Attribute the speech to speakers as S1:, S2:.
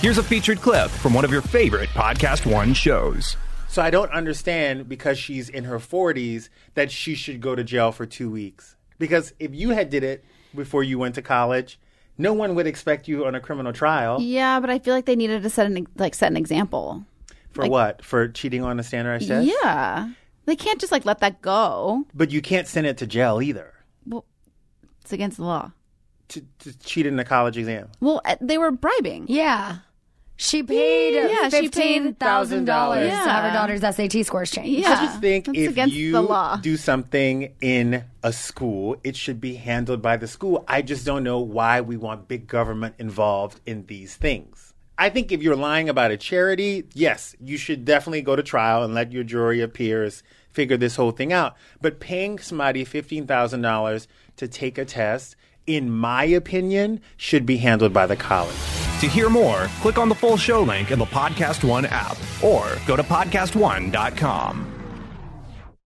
S1: Here's a featured clip from one of your favorite Podcast One shows.
S2: So I don't understand because she's in her 40s that she should go to jail for 2 weeks. Because if you had did it before you went to college, no one would expect you on a criminal trial
S3: Yeah, but I feel like they needed to set an like set an example.
S2: for what? For cheating on a standardized test?
S3: Yeah, they can't just like let that go.
S2: But you can't send it to jail either
S3: It's against the law.
S2: to, to cheat in a college exam.
S3: Well, eh, they were bribing.
S4: Yeah. She paid
S3: Yeah, she
S4: fifteen
S3: paid
S4: thousand dollars to
S3: Yeah.
S4: have her daughter's SAT scores changed.
S3: Yeah,
S2: I just think
S3: that's
S2: if
S3: against
S2: you
S3: the law.
S2: do something in a school, it should be handled by the school. I just don't know why we want big government involved in these things. I think if you're lying about a charity, yes, you should definitely go to trial and let your jury of peers figure this whole thing out. But paying somebody $15,000 to take a test, in my opinion, should be handled by the college.
S1: To hear more, click on the full show link in the Podcast One app or go to podcastone.com.